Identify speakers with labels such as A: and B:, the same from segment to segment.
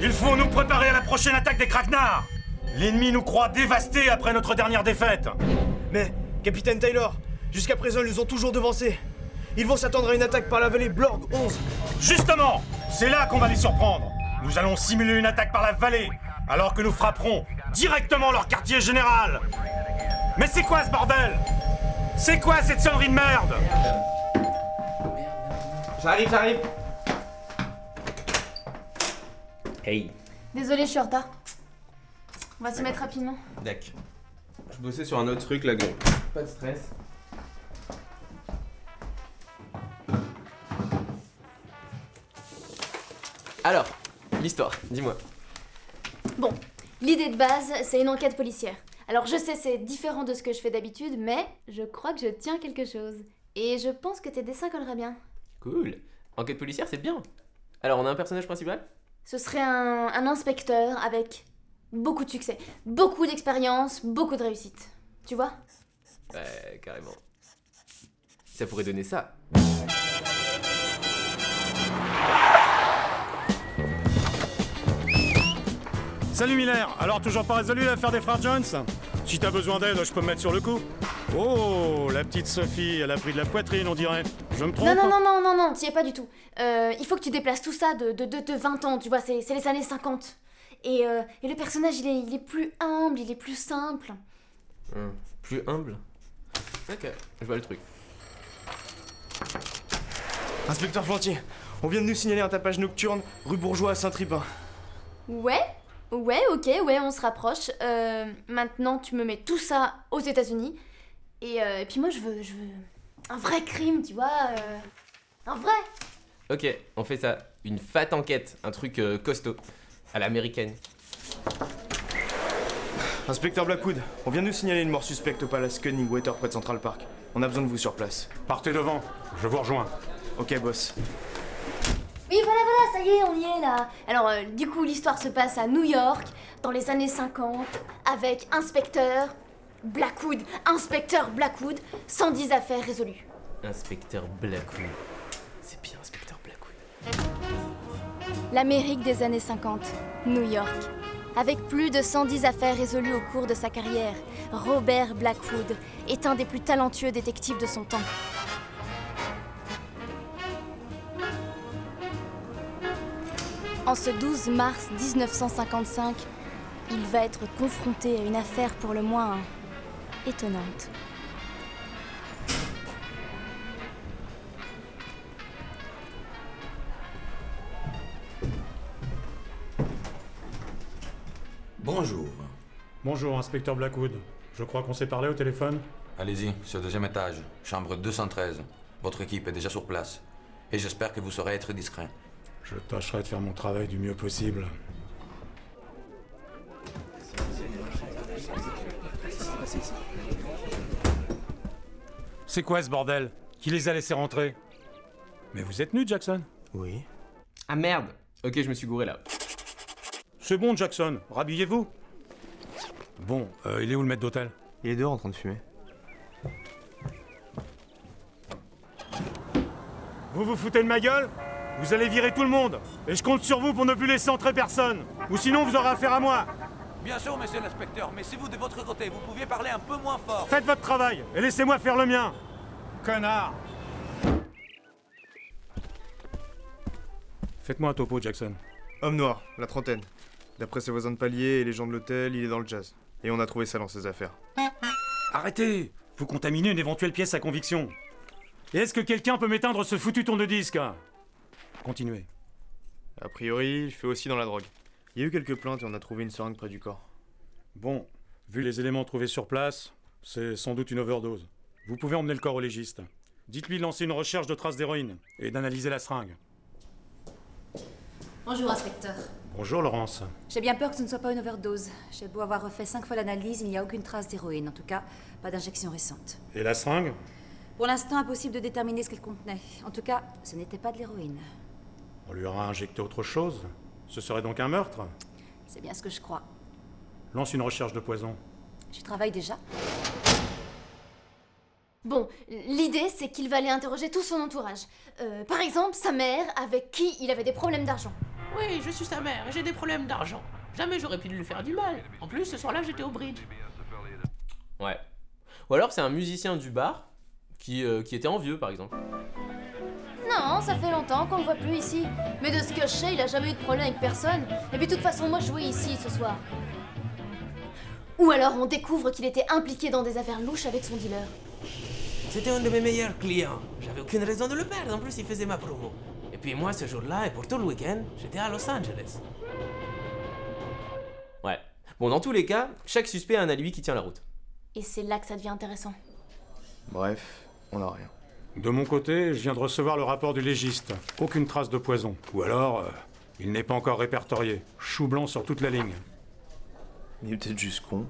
A: Il faut nous préparer à la prochaine attaque des Kraknars L'ennemi nous croit dévastés après notre dernière défaite
B: Mais, capitaine Taylor, jusqu'à présent ils nous ont toujours devancés. Ils vont s'attendre à une attaque par la vallée Blorg 11.
A: Justement C'est là qu'on va les surprendre Nous allons simuler une attaque par la vallée, alors que nous frapperons directement leur quartier général Mais c'est quoi ce bordel C'est quoi cette sonnerie de merde
C: J'arrive, j'arrive
D: Hey,
E: Désolée, je suis en retard. On va s'y mettre rapidement.
C: Deck. Je bossais sur un autre truc là, gros. Pas de stress. Alors, l'histoire, dis-moi.
E: Bon, l'idée de base, c'est une enquête policière. Alors je sais, c'est différent de ce que je fais d'habitude, mais je crois que je tiens quelque chose. Et je pense que tes dessins colleraient bien.
C: Cool. Enquête policière, c'est bien. Alors, on a un personnage principal
E: Ce serait un, un inspecteur avec beaucoup de succès, beaucoup d'expérience, beaucoup de réussite. Tu vois
C: Ouais, carrément. Ça pourrait donner ça.
A: Salut Miller Alors toujours pas résolu l'affaire des frères Jones Si t'as besoin d'aide, je peux me mettre sur le coup. Oh, la petite Sophie, elle a pris de la poitrine, on dirait. Je me trompe
E: Non, non, non, non, non, non, t'y es pas du tout. Euh, il faut que tu déplaces tout ça de, de, de, de 20 ans, tu vois, c'est c'est les années 50. Et, euh, et le personnage, il est, il est plus humble, il est plus simple.
C: Hum, Plus humble Ok, je vois le truc.
B: Inspecteur Flantier, on vient de nous signaler un tapage nocturne rue Bourgeois à Saint-Tripin.
E: Ouais, ouais, ok, ouais, on se rapproche. Euh, maintenant, tu me mets tout ça aux États-Unis. Et, euh, et puis moi, je veux, je veux un vrai crime, tu vois. euh, un vrai.
C: Ok, on fait ça. Une fat enquête, un truc euh, costaud. À l'américaine.
B: Inspecteur Blackwood, on vient de nous signaler une mort suspecte au palace Cunningwater près de Central Park. On a besoin de vous sur place.
A: Partez devant, je vous rejoins.
B: Ok, boss.
E: Oui, voilà, voilà, ça y est, on y est là. Alors, euh, du coup, l'histoire se passe à New York, dans les années 50, avec inspecteur Blackwood, inspecteur Blackwood, 110 affaires résolues.
C: Inspecteur Blackwood. C'est bien, inspecteur Blackwood.
E: L'Amérique des années 50, New York. Avec plus de 110 affaires résolues au cours de sa carrière, Robert Blackwood est un des plus talentueux détectives de son temps. En ce 12 mars 1955, il va être confronté à une affaire pour le moins étonnante.
F: Bonjour.
G: Bonjour, inspecteur Blackwood. Je crois qu'on s'est parlé au téléphone.
F: Allez-y, c'est au deuxième étage, chambre 213. Votre équipe est déjà sur place. Et j'espère que vous saurez être discret.
G: Je tâcherai de faire mon travail du mieux possible.
A: C'est quoi ce bordel Qui les a laissés rentrer Mais vous êtes nu, Jackson
B: Oui.
C: Ah merde Ok, je me suis gouré là.
A: C'est bon, Jackson, rhabillez-vous. Bon, euh, il est où le maître d'hôtel
B: Il est dehors en train de fumer.
A: Vous vous foutez de ma gueule Vous allez virer tout le monde Et je compte sur vous pour ne plus laisser entrer personne Ou sinon, vous aurez affaire à moi
H: Bien sûr, monsieur l'inspecteur, mais si vous de votre côté, vous pouviez parler un peu moins fort.
A: Faites votre travail et laissez-moi faire le mien Connard Faites-moi un topo, Jackson.
B: Homme noir, la trentaine. D'après ses voisins de palier et les gens de l'hôtel, il est dans le jazz. Et on a trouvé ça dans ses affaires.
A: Arrêtez Vous contaminez une éventuelle pièce à conviction. Et est-ce que quelqu'un peut m'éteindre ce foutu tourne-disque Continuez.
B: A priori, il fait aussi dans la drogue. Il y a eu quelques plaintes et on a trouvé une seringue près du corps.
A: Bon, vu les éléments trouvés sur place, c'est sans doute une overdose. Vous pouvez emmener le corps au légiste. Dites-lui de lancer une recherche de traces d'héroïne et d'analyser la seringue.
I: Bonjour, inspecteur.
A: Bonjour Laurence.
I: J'ai bien peur que ce ne soit pas une overdose. J'ai beau avoir refait cinq fois l'analyse, il n'y a aucune trace d'héroïne, en tout cas, pas d'injection récente.
A: Et la seringue
I: Pour l'instant, impossible de déterminer ce qu'elle contenait. En tout cas, ce n'était pas de l'héroïne.
A: On lui aura injecté autre chose Ce serait donc un meurtre
I: C'est bien ce que je crois.
A: Lance une recherche de poison.
I: J'y travaille déjà.
E: Bon, l'idée c'est qu'il va aller interroger tout son entourage. Euh, par exemple, sa mère, avec qui il avait des problèmes d'argent.
J: Oui, je suis sa mère et j'ai des problèmes d'argent. Jamais j'aurais pu lui faire du mal. En plus, ce soir-là, j'étais au bridge.
C: Ouais. Ou alors c'est un musicien du bar qui, euh, qui était envieux par exemple.
E: Non, ça fait longtemps qu'on le voit plus ici. Mais de ce que je sais, il a jamais eu de problème avec personne. Et puis de toute façon, moi je jouais ici ce soir. Ou alors on découvre qu'il était impliqué dans des affaires louches avec son dealer.
J: C'était un de mes meilleurs clients. J'avais aucune raison de le perdre. En plus, il faisait ma promo. Et puis moi, ce jour-là et pour tout le week-end, j'étais à Los Angeles.
C: Ouais. Bon, dans tous les cas, chaque suspect a un alibi qui tient la route.
E: Et c'est là que ça devient intéressant.
B: Bref, on a rien.
A: De mon côté, je viens de recevoir le rapport du légiste. Aucune trace de poison. Ou alors, euh, il n'est pas encore répertorié. Chou blanc sur toute la ligne.
B: Il est peut-être juste con.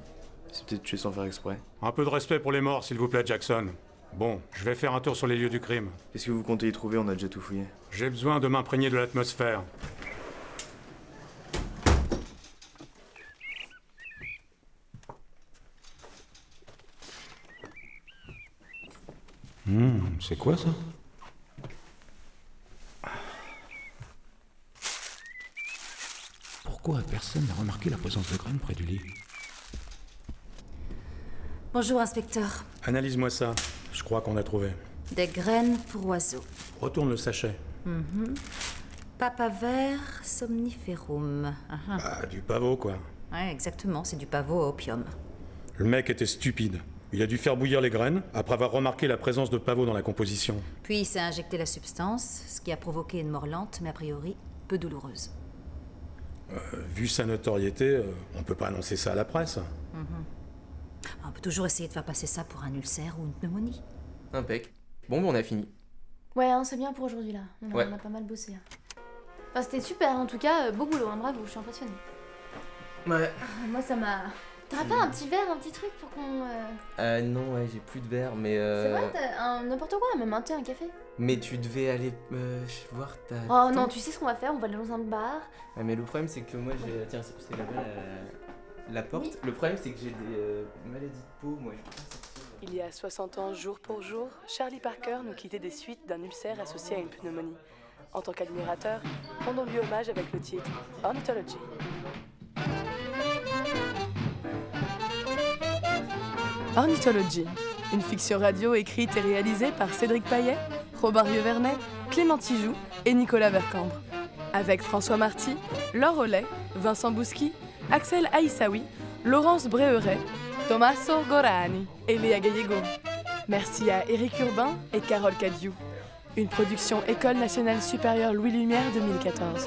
B: C'est peut-être tué sans faire exprès.
A: Un peu de respect pour les morts, s'il vous plaît, Jackson. Bon, je vais faire un tour sur les lieux du crime.
B: Qu'est-ce que vous comptez y trouver On a déjà tout fouillé.
A: J'ai besoin de m'imprégner de l'atmosphère. Hmm, c'est quoi ça
K: Pourquoi personne n'a remarqué la présence de graines près du lit
I: Bonjour, inspecteur.
A: Analyse-moi ça. Je crois qu'on a trouvé.
I: Des graines pour oiseaux.
A: Retourne le sachet.
I: Mhm. Papaver somniferum. Ah, ah.
A: Ah, du pavot, quoi.
I: Ouais, exactement, c'est du pavot à opium.
A: Le mec était stupide. Il a dû faire bouillir les graines après avoir remarqué la présence de pavot dans la composition.
I: Puis il s'est injecté la substance, ce qui a provoqué une mort lente, mais a priori peu douloureuse.
A: Euh, vu sa notoriété, euh, on peut pas annoncer ça à la presse.
I: Mhm. On peut toujours essayer de faire passer ça pour un ulcère ou une pneumonie.
C: Impec. Bon, ben on a fini.
E: Ouais, hein, c'est bien pour aujourd'hui là. On a,
C: Ouais.
E: on a pas mal bossé. hein. Enfin, c'était super en tout cas. euh, beau boulot, hein, bravo, je suis impressionnée.
C: Ouais.
E: Ah, Moi ça m'a. T'aurais pas un petit verre, un petit truc pour qu'on. euh,
C: Euh, non, ouais, j'ai plus de verre, mais. Euh...
E: C'est vrai, t'as un- n'importe quoi, même un thé, un café.
C: Mais tu devais aller euh, voir ta.
E: Oh non,
C: tante.
E: tu sais ce qu'on va faire On va aller dans un bar.
C: Ouais, mais le problème, c'est que moi, j'ai. Tiens, c'est c'est là-bas la... la porte. Le problème, c'est que j'ai des euh, maladies de peau, moi.
L: Il y a 60 ans, jour pour jour, Charlie Parker nous quittait des suites d'un ulcère associé à une pneumonie. En tant qu'admirateur, rendons-lui hommage avec le titre Ornithology. Ornithology, une fiction radio écrite et réalisée par Cédric Payet, Robin Vernet, Clément Tijoux et Nicolas Vercambre. Avec François Marty, Laure Ollet, Vincent Bousqui, Axel Aïssaoui, Laurence Bréheret, Tommaso Gorani et Léa Gallego. Merci à Éric Urbain et Carole Cadiou. Une production École nationale supérieure Louis Lumière 2014.